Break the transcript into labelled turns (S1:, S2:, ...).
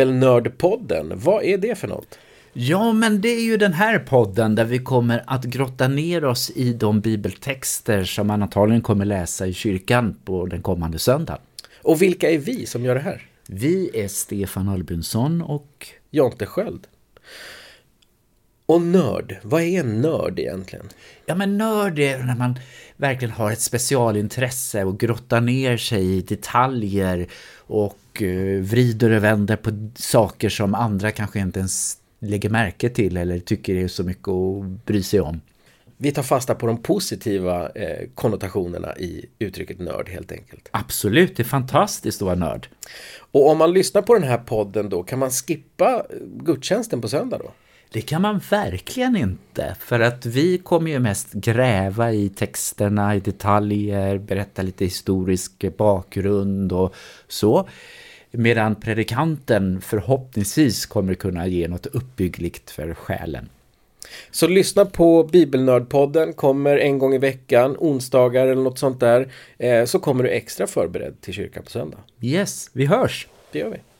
S1: Bibelnördpodden, vad är det för något?
S2: Ja, men det är ju den här podden där vi kommer att grotta ner oss i de bibeltexter som man antagligen kommer läsa i kyrkan på den kommande söndagen.
S1: Och vilka är vi som gör det här?
S2: Vi är Stefan Albinsson och...
S1: Jonte Sköld. Och nörd, vad är en nörd egentligen?
S2: Ja, men nörd är när man verkligen har ett specialintresse och grottar ner sig i detaljer och eh, vrider och vänder på saker som andra kanske inte ens lägger märke till eller tycker är så mycket att bry sig om.
S1: Vi tar fasta på de positiva eh, konnotationerna i uttrycket nörd helt enkelt.
S2: Absolut, det är fantastiskt att vara nörd.
S1: Och om man lyssnar på den här podden då, kan man skippa eh, gudstjänsten på söndag då?
S2: Det kan man verkligen inte, för att vi kommer ju mest gräva i texterna, i detaljer, berätta lite historisk bakgrund och så. Medan predikanten förhoppningsvis kommer kunna ge något uppbyggligt för själen.
S1: Så lyssna på Bibelnördpodden, kommer en gång i veckan, onsdagar eller något sånt där. Eh, så kommer du extra förberedd till kyrkan på söndag.
S2: Yes, vi hörs!
S1: Det gör vi.